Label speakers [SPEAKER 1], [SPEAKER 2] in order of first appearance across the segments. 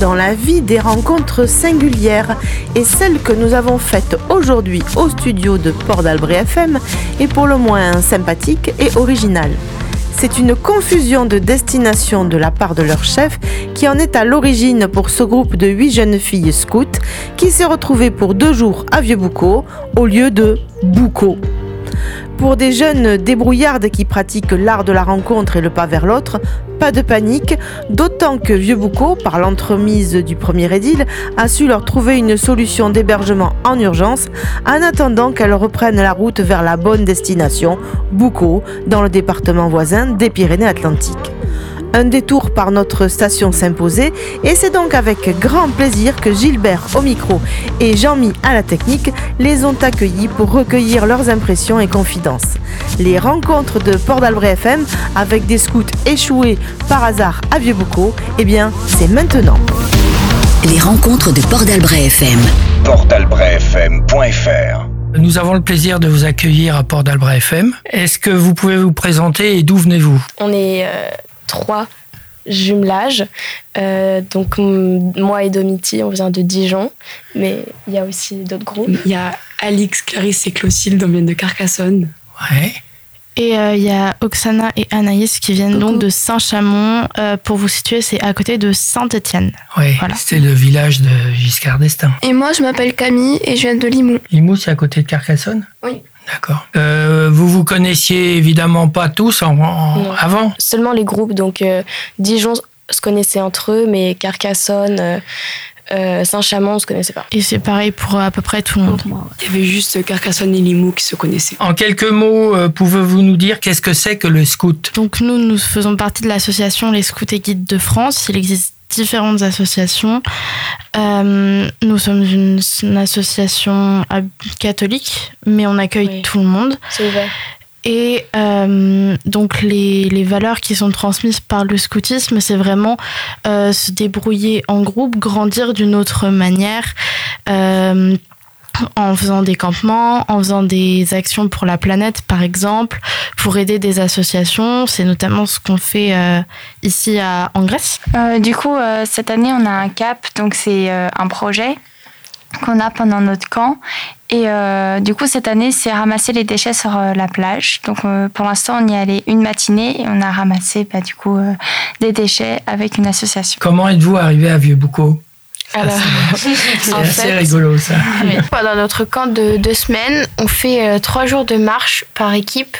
[SPEAKER 1] dans la vie des rencontres singulières. Et celle que nous avons faite aujourd'hui au studio de Port d'Albret FM est pour le moins sympathique et originale. C'est une confusion de destination de la part de leur chef qui en est à l'origine pour ce groupe de huit jeunes filles scouts qui s'est retrouvé pour deux jours à Vieux-Boucau au lieu de Boucau. Pour des jeunes débrouillardes qui pratiquent l'art de la rencontre et le pas vers l'autre, pas de panique, d'autant que Vieux Boucau, par l'entremise du premier édile, a su leur trouver une solution d'hébergement en urgence, en attendant qu'elles reprennent la route vers la bonne destination, Boucau, dans le département voisin des Pyrénées-Atlantiques un détour par notre station s'imposait et c'est donc avec grand plaisir que Gilbert au micro et Jean-Mi à la technique les ont accueillis pour recueillir leurs impressions et confidences. Les rencontres de Port d'Albret FM avec des scouts échoués par hasard à vieux eh bien c'est maintenant.
[SPEAKER 2] Les rencontres de Port d'Albret FM.
[SPEAKER 3] portalbrefm.fr
[SPEAKER 4] Nous avons le plaisir de vous accueillir à Port d'Albret FM. Est-ce que vous pouvez vous présenter et d'où venez-vous
[SPEAKER 5] On est euh, trois jumelages. Euh, donc, m- moi et Domiti, on vient de Dijon, mais il y a aussi d'autres groupes.
[SPEAKER 6] Il y a Alix, Clarisse et Clotilde, on vient de Carcassonne.
[SPEAKER 4] Ouais.
[SPEAKER 7] Et euh, il y a Oksana et Anaïs qui viennent
[SPEAKER 6] Coucou.
[SPEAKER 7] donc de Saint-Chamond. Euh, pour vous situer, c'est à côté de Saint-Étienne.
[SPEAKER 4] Ouais,
[SPEAKER 7] Voilà.
[SPEAKER 4] c'est le village de Giscard d'Estaing.
[SPEAKER 8] Et moi, je m'appelle Camille et je viens de Limon.
[SPEAKER 4] Limoux, c'est à côté de Carcassonne
[SPEAKER 8] Oui.
[SPEAKER 4] D'accord. Euh, vous vous connaissiez évidemment pas tous en- en-
[SPEAKER 5] Non.
[SPEAKER 4] avant
[SPEAKER 5] Seulement les groupes, donc euh, Dijon se connaissait entre eux, mais Carcassonne, euh, euh, Saint-Chamond, on se connaissait pas.
[SPEAKER 7] Et c'est pareil pour à peu près tout le monde.
[SPEAKER 6] Il y avait juste Carcassonne et Limoux qui se connaissaient.
[SPEAKER 4] En quelques mots, euh, pouvez-vous nous dire qu'est-ce que c'est que le scout
[SPEAKER 7] Donc nous, nous faisons partie de l'association Les Scouts et Guides de France. Il existe différentes associations. Euh, nous sommes une, une association ab- catholique, mais on accueille
[SPEAKER 5] Oui.
[SPEAKER 7] tout le monde.
[SPEAKER 5] C'est ouvert.
[SPEAKER 7] Et euh, donc les, les valeurs qui sont transmises par le scoutisme, c'est vraiment euh, se débrouiller en groupe, grandir d'une autre manière. euh, en faisant des campements, en faisant des actions pour la planète, par exemple, pour aider des associations. C'est notamment ce qu'on fait euh, ici à, en Grèce.
[SPEAKER 9] Euh, du coup, euh, cette année, on a un cap, donc c'est euh, un projet qu'on a pendant notre camp. Et euh, du coup, cette année, c'est ramasser les déchets sur euh, la plage. Donc, euh, pour l'instant, on y est allé une matinée et on a ramassé, bah, du coup, euh, des déchets avec une association.
[SPEAKER 4] Comment êtes-vous arrivé à Vieux-Boucau
[SPEAKER 5] Alors,
[SPEAKER 4] C'est
[SPEAKER 5] en
[SPEAKER 4] assez
[SPEAKER 5] fait,
[SPEAKER 4] rigolo ça.
[SPEAKER 10] Pendant Ah, notre camp de deux semaines, on fait euh, trois jours de marche par équipe.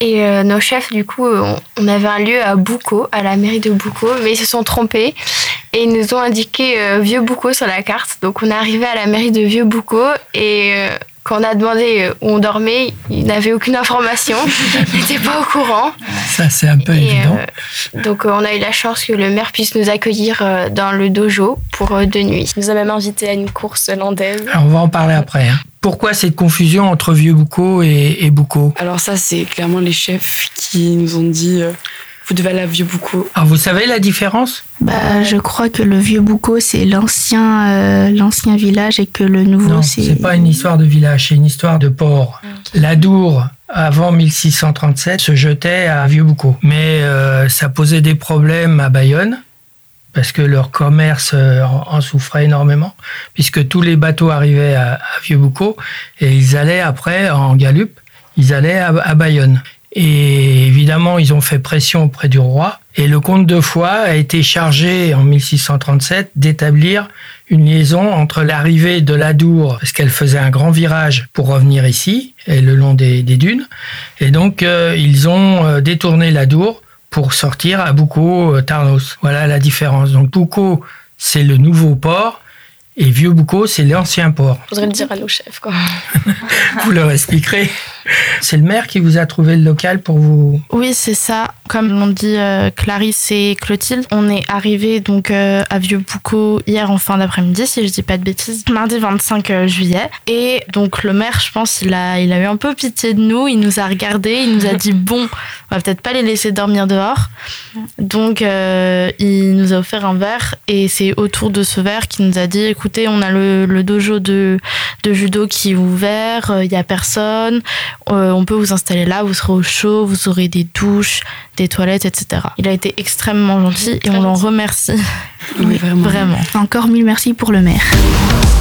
[SPEAKER 10] Et euh, nos chefs, du coup, euh, on, on avait un lieu à Boucau, à la mairie de Boucau, mais ils se sont trompés et ils nous ont indiqué euh, Vieux Boucau sur la carte. Donc on est arrivé à la mairie de Vieux Boucau et euh, quand on a demandé euh, où on dormait, ils n'avaient aucune information, ils n'étaient pas au courant.
[SPEAKER 4] Ça, c'est un peu
[SPEAKER 10] Et,
[SPEAKER 4] évident.
[SPEAKER 10] euh, donc euh, on a eu la chance que le maire puisse nous accueillir euh, dans le dojo pour euh, deux nuits.
[SPEAKER 5] il nous a même invités à une course landaise.
[SPEAKER 4] Alors, on va en parler après. hein. Pourquoi cette confusion entre Vieux-Boucau et, et Boucau
[SPEAKER 6] Alors ça, c'est clairement les chefs qui nous ont dit euh, vous devez aller à vieux boucau
[SPEAKER 4] Alors, vous savez la différence
[SPEAKER 11] Bah, je crois que le vieux Boucau, c'est l'ancien euh, l'ancien village et que le nouveau,
[SPEAKER 4] Non,
[SPEAKER 11] c'est. Ah,
[SPEAKER 4] c'est pas une histoire de village, c'est une histoire de port. L'Adour, avant 1637, se jetait à Vieux-Boucau. Mais euh, ça posait des problèmes à Bayonne, parce que leur commerce euh, en en souffrait énormément, puisque tous les bateaux arrivaient à, à Vieux-Boucau, et ils allaient après, en Galup, ils allaient à, à Bayonne. Et évidemment, ils ont fait pression auprès du roi. Et le comte de Foix a été chargé en 1637 d'établir une liaison entre l'arrivée de l'Adour, parce qu'elle faisait un grand virage pour revenir ici, et le long des, des dunes. Et donc, euh, ils ont euh, détourné l'Adour pour sortir à Boucau-Tarnos. Voilà la différence. Donc, Boucau, c'est le nouveau port, et Vieux Boucau, c'est l'ancien port.
[SPEAKER 5] Faudrait le dire à nos chefs, quoi.
[SPEAKER 4] Vous leur expliquerez. C'est le maire qui vous a trouvé le local pour vous.
[SPEAKER 7] Oui, c'est ça. Comme l'ont dit euh, Clarisse et Clotilde, on est arrivé donc euh, à Vieux Boucau hier en fin d'après-midi, si je dis pas de bêtises, mardi 25 euh, juillet. Et donc le maire, je pense, il a, il a eu un peu pitié de nous. Il nous a regardé, il nous a dit bon, on va peut-être pas les laisser dormir dehors. Donc euh, il nous a offert un verre et c'est autour de ce verre qu'il nous a dit écoutez, on a le, le dojo de, de judo qui est ouvert, il y a euh, personne euh, on peut vous installer là, vous serez au chaud, vous aurez des douches, des toilettes, etc. Il a été extrêmement gentil et on l'en remercie.
[SPEAKER 11] Oui, vraiment.
[SPEAKER 7] Vraiment.
[SPEAKER 11] Encore mille merci pour le maire.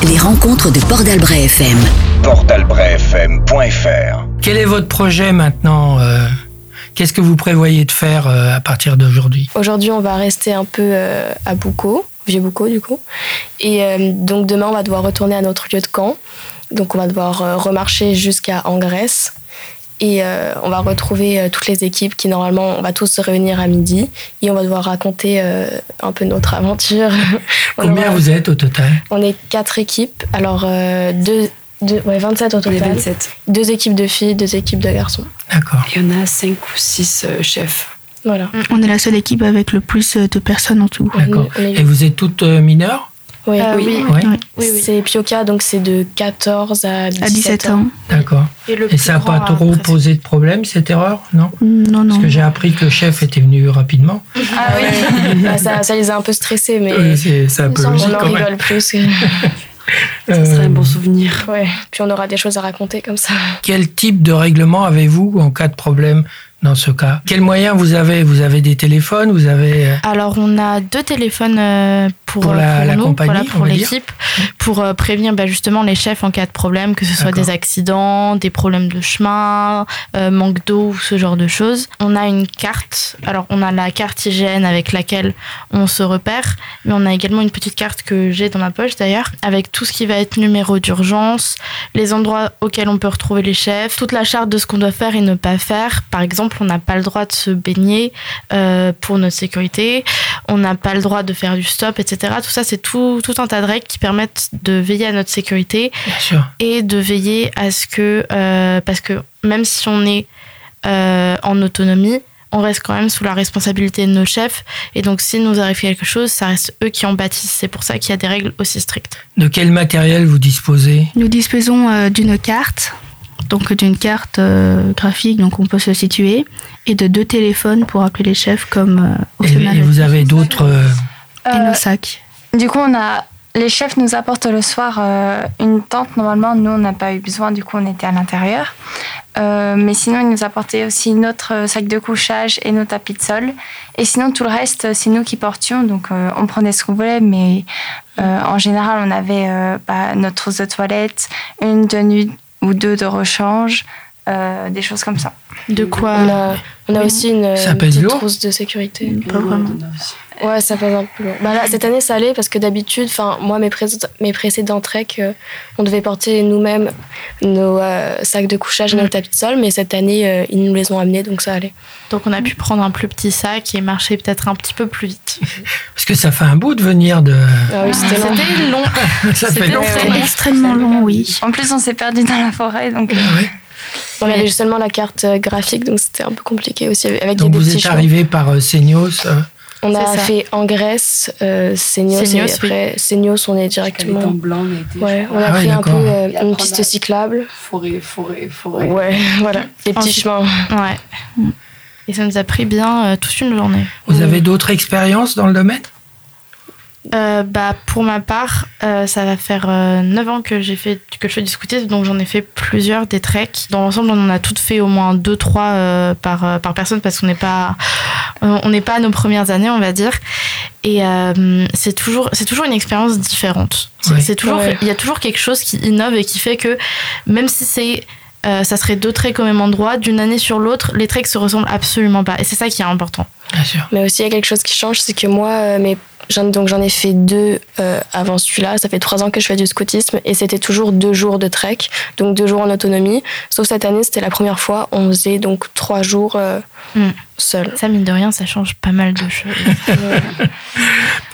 [SPEAKER 2] Les rencontres de Port d'Albret FM.
[SPEAKER 3] Portalbrefm.fr
[SPEAKER 4] Quel est votre projet maintenant euh, Qu'est-ce que vous prévoyez de faire euh, à partir d'aujourd'hui
[SPEAKER 5] Aujourd'hui, on va rester un peu euh, à Boucau, vieux Boucau du coup. Et euh, donc demain, on va devoir retourner à notre lieu de camp. Donc on va devoir euh, remarcher jusqu'à Angresse. Et euh, on va retrouver euh, toutes les équipes qui normalement, on va tous se réunir à midi. Et on va devoir raconter euh, un peu notre aventure. On
[SPEAKER 4] Combien
[SPEAKER 5] aura-
[SPEAKER 4] vous êtes au total
[SPEAKER 5] on est quatre équipes, alors euh, deux, deux- ouais, 27 au
[SPEAKER 6] On est
[SPEAKER 5] total.
[SPEAKER 6] 27.
[SPEAKER 5] Deux équipes de filles, deux équipes de garçons.
[SPEAKER 4] D'accord.
[SPEAKER 6] Il y en a 5 ou 6 chefs.
[SPEAKER 5] Voilà.
[SPEAKER 11] On est la seule équipe avec le plus euh, de personnes en tout.
[SPEAKER 4] D'accord.
[SPEAKER 5] on est-
[SPEAKER 4] Et vous êtes toutes euh, mineures
[SPEAKER 5] Oui,
[SPEAKER 7] Euh,
[SPEAKER 5] oui.
[SPEAKER 7] oui.
[SPEAKER 4] Ouais.
[SPEAKER 11] Oui.
[SPEAKER 5] C'est Pioca, donc c'est de 14 à 17,
[SPEAKER 11] À 17 ans.
[SPEAKER 4] D'accord.
[SPEAKER 7] Et, le
[SPEAKER 4] Et
[SPEAKER 7] plus
[SPEAKER 4] ça n'a pas
[SPEAKER 7] grand a
[SPEAKER 4] trop
[SPEAKER 7] presque-
[SPEAKER 4] posé de problème, cette erreur Non
[SPEAKER 11] Non, non.
[SPEAKER 4] Parce que j'ai appris que le chef était venu rapidement.
[SPEAKER 9] Ah oui.
[SPEAKER 5] Bah, ça, ça les a un peu stressés, mais
[SPEAKER 4] Oui, c'est c'est un peu
[SPEAKER 5] on
[SPEAKER 4] logique
[SPEAKER 5] en
[SPEAKER 4] quand même.
[SPEAKER 5] rigole plus.
[SPEAKER 6] Ça serait un
[SPEAKER 4] Euh,
[SPEAKER 6] bon souvenir.
[SPEAKER 5] Ouais. Puis on aura des choses à raconter comme ça.
[SPEAKER 4] Quel type de règlement avez-vous en cas de problème dans ce cas Quels moyens vous avez Vous avez des téléphones Vous avez euh,
[SPEAKER 7] Alors, on a deux téléphones euh, pour,
[SPEAKER 4] Pour
[SPEAKER 7] euh,
[SPEAKER 4] la-
[SPEAKER 7] pour
[SPEAKER 4] la
[SPEAKER 7] nous,
[SPEAKER 4] compagnie,
[SPEAKER 7] voilà,
[SPEAKER 4] on
[SPEAKER 7] pour
[SPEAKER 4] va dire.
[SPEAKER 7] l'équipe, pour euh, prévenir bah, justement les chefs en cas de problème, que ce soit
[SPEAKER 4] D'accord.
[SPEAKER 7] des accidents, des problèmes de chemin, euh, manque d'eau ou ce genre de choses. On a une carte. Alors, on a la carte IGN avec laquelle on se repère, mais on a également une petite carte que j'ai dans ma poche d'ailleurs, avec tout ce qui va être numéro d'urgence, les endroits auxquels on peut retrouver les chefs, toute la charte de ce qu'on doit faire et ne pas faire. Par exemple, on n'a pas le droit de se baigner euh, pour notre sécurité, on n'a pas le droit de faire du stop, etc. Tout ça, c'est tout, tout un tas de règles qui permettent de veiller à notre sécurité
[SPEAKER 4] Bien sûr.
[SPEAKER 7] et de veiller à ce que, euh, parce que même si on est euh, en autonomie, on reste quand même sous la responsabilité de nos chefs. Et donc, s'il nous arrive quelque chose, ça reste eux qui en bâtissent. C'est pour ça qu'il y a des règles aussi strictes.
[SPEAKER 4] De quel matériel vous disposez
[SPEAKER 11] Nous disposons euh, d'une carte, donc d'une carte euh, graphique, donc on peut se situer, et de deux téléphones pour appeler les chefs comme euh, au
[SPEAKER 4] et,
[SPEAKER 11] sommet
[SPEAKER 4] et
[SPEAKER 11] avec-
[SPEAKER 4] vous avez d'autres. euh,
[SPEAKER 11] et
[SPEAKER 9] Euh,
[SPEAKER 11] nos sacs.
[SPEAKER 9] Du coup, on a les chefs nous apportent le soir euh, une tente. Normalement, nous, on n'a pas eu besoin. Du coup, on était à l'intérieur. Euh, mais sinon, ils nous apportaient aussi notre euh, sac de couchage et nos tapis de sol. Et sinon, tout le reste, euh, c'est nous qui portions. Donc, euh, on prenait ce qu'on voulait. Mais euh, en général, on avait euh, bah, notre trousse de toilette, une tenue ou deux de rechange, euh, des choses comme ça.
[SPEAKER 7] De quoi
[SPEAKER 5] On a, on a aussi une,
[SPEAKER 4] Ça
[SPEAKER 5] une
[SPEAKER 4] pèse
[SPEAKER 5] petite
[SPEAKER 4] lourd
[SPEAKER 5] trousse de sécurité.
[SPEAKER 11] Pas vraiment.
[SPEAKER 5] Ouais, ça pèse un peu lourd. Bah là, cette année, ça allait parce que d'habitude, enfin, moi, mes, pré- mes précédents treks, euh, on devait porter nous-mêmes nos euh, sacs de couchage et nos tapis de sol, mais cette année, euh, ils nous les ont amenés, donc ça allait.
[SPEAKER 7] Donc, on a pu prendre un plus petit sac et marcher peut-être un petit peu plus vite.
[SPEAKER 4] Parce que ça fait un bout de venir de.
[SPEAKER 5] Ah oui, c'était long.
[SPEAKER 7] C'était long.
[SPEAKER 4] ça fait
[SPEAKER 7] C'était
[SPEAKER 4] longtemps.
[SPEAKER 7] très
[SPEAKER 11] C'est
[SPEAKER 7] long.
[SPEAKER 11] extrêmement long, oui.
[SPEAKER 9] En plus, on s'est perdu dans la forêt. Donc, euh,
[SPEAKER 4] Ouais.
[SPEAKER 5] On avait seulement la carte euh, graphique, donc c'était un peu compliqué aussi avec
[SPEAKER 4] Donc
[SPEAKER 5] des
[SPEAKER 4] vous
[SPEAKER 5] petits
[SPEAKER 4] êtes
[SPEAKER 5] chemins.
[SPEAKER 4] arrivé par euh, Seignos. euh,
[SPEAKER 5] On a
[SPEAKER 7] C'est ça.
[SPEAKER 5] fait en Grèce, euh, Seignos,
[SPEAKER 7] Seignos,
[SPEAKER 5] et après Seignos, on est
[SPEAKER 6] Les dents
[SPEAKER 5] directement.
[SPEAKER 6] blancs, on a été
[SPEAKER 5] Ouais, on a
[SPEAKER 4] Ah oui,
[SPEAKER 5] pris un peu
[SPEAKER 4] d'accord.
[SPEAKER 5] euh,
[SPEAKER 6] Et après, on
[SPEAKER 5] une
[SPEAKER 6] a-
[SPEAKER 5] piste cyclable.
[SPEAKER 6] forêt, forêt, forêt.
[SPEAKER 5] Ouais, voilà, des petits
[SPEAKER 7] Ensuite-
[SPEAKER 5] chemins.
[SPEAKER 7] Ouais. Et ça nous a pris bien euh, toute une journée.
[SPEAKER 4] Vous avez d'autres expériences dans le domaine
[SPEAKER 7] Euh, bah, pour ma part, euh, ça va faire 9 ans que j'ai fait que je fais du scoutisme, donc j'en ai fait plusieurs des treks. Dans l'ensemble, on en a toutes fait au moins 2-3 par, euh, par personne parce qu'on n'est pas euh, on n'est pas à nos premières années, on va dire. Et euh, c'est toujours c'est toujours une expérience différente. C'est-
[SPEAKER 4] Ouais.
[SPEAKER 7] C'est toujours
[SPEAKER 5] Ouais.
[SPEAKER 7] il y a toujours quelque chose qui innove et qui fait que même si c'est euh, ça serait deux treks au même endroit, d'une année sur l'autre, les treks se ressemblent absolument pas. Et c'est ça qui est important.
[SPEAKER 4] Bien sûr.
[SPEAKER 5] Mais aussi, il y a quelque chose qui change, c'est que moi, euh, mes- j'en- donc j'en ai fait deux euh, avant celui-là. Ça fait trois ans que je fais du scoutisme et c'était toujours deux jours de trek, donc deux jours en autonomie. Sauf cette année, c'était la première fois, on faisait donc trois jours euh,
[SPEAKER 7] Mm.
[SPEAKER 5] seul.
[SPEAKER 7] Ça, mine de rien, ça change pas mal de choses.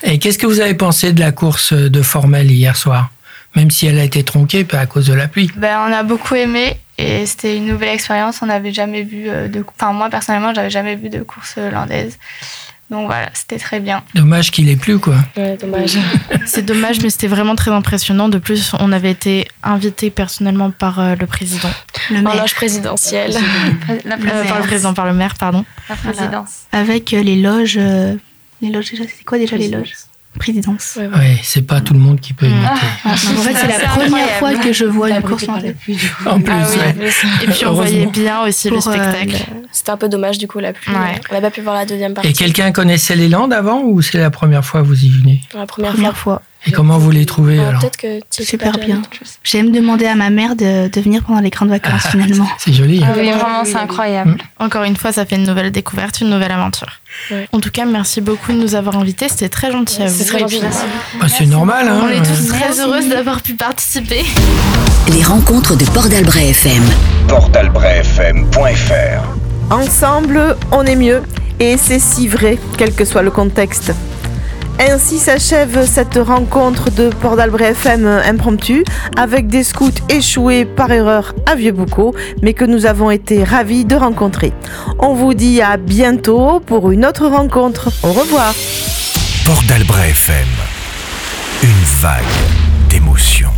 [SPEAKER 4] Et qu'est-ce que vous avez pensé de la course de formelle hier soir Même si elle a été tronquée pas à cause de la pluie.
[SPEAKER 12] Ben, on a beaucoup aimé et c'était une nouvelle expérience. On n'avait jamais vu euh, de. Enfin, moi personnellement, j'avais jamais vu de course euh, landaise. Donc voilà, c'était très bien.
[SPEAKER 4] Dommage qu'il ait plu quoi.
[SPEAKER 5] Ouais, dommage.
[SPEAKER 7] C'est dommage, mais c'était vraiment très impressionnant. De plus, on avait été invité personnellement par euh, le président,
[SPEAKER 11] Le
[SPEAKER 5] En
[SPEAKER 11] maire,
[SPEAKER 5] loge présidentielle.
[SPEAKER 9] la
[SPEAKER 7] Euh, par le
[SPEAKER 9] présidence.
[SPEAKER 7] président, par le maire, pardon.
[SPEAKER 9] La présidence.
[SPEAKER 11] avec euh, les loges. euh, les loges, déjà, c'est quoi déjà les loges présidence.
[SPEAKER 4] Oui, c'est pas tout le monde qui peut imiter.
[SPEAKER 11] Ah, en fait, c'est la première fois que je vois une course en tête.
[SPEAKER 4] En plus,
[SPEAKER 7] Ah oui,
[SPEAKER 4] ouais.
[SPEAKER 7] en plus. Et puis on voyait bien aussi le
[SPEAKER 5] Pour, euh,
[SPEAKER 7] spectacle.
[SPEAKER 5] C'était un peu dommage du coup la pluie.
[SPEAKER 7] Ouais.
[SPEAKER 5] On n'a pas pu voir la deuxième partie.
[SPEAKER 4] Et quelqu'un connaissait les Landes avant ou c'est la première fois que vous y venez
[SPEAKER 5] La première,
[SPEAKER 11] fois.
[SPEAKER 4] Et comment vous les trouvez
[SPEAKER 5] Ah,
[SPEAKER 4] alors
[SPEAKER 5] Peut-être que tu
[SPEAKER 11] Super bien. J'ai même demandé à ma mère de, de venir pendant les grandes vacances
[SPEAKER 4] Ah,
[SPEAKER 11] finalement.
[SPEAKER 4] C'est joli.
[SPEAKER 9] Ah oui, vraiment, c'est incroyable.
[SPEAKER 7] Encore une fois, ça fait une nouvelle découverte, une nouvelle aventure.
[SPEAKER 5] Ouais.
[SPEAKER 7] En tout cas, merci beaucoup de nous avoir invités. C'était très gentil à vous.
[SPEAKER 5] c'est très
[SPEAKER 7] Et
[SPEAKER 5] gentil,
[SPEAKER 7] puis,
[SPEAKER 5] merci
[SPEAKER 4] Bah, c'est normal. Hein,
[SPEAKER 7] Ah, On est tous
[SPEAKER 4] euh,
[SPEAKER 7] très heureuses d'avoir pu participer.
[SPEAKER 2] Les rencontres de Port d'Albret FM.
[SPEAKER 3] Portalbrefm.fr
[SPEAKER 1] Ensemble, on est mieux. Et c'est si vrai, quel que soit le contexte. Ainsi s'achève cette rencontre de Port d'Albret FM impromptu avec des scouts échoués par erreur à vieux boucau mais que nous avons été ravis de rencontrer. On vous dit à bientôt pour une autre rencontre. Au revoir.
[SPEAKER 3] Port d'Albret FM. Une vague d'émotions.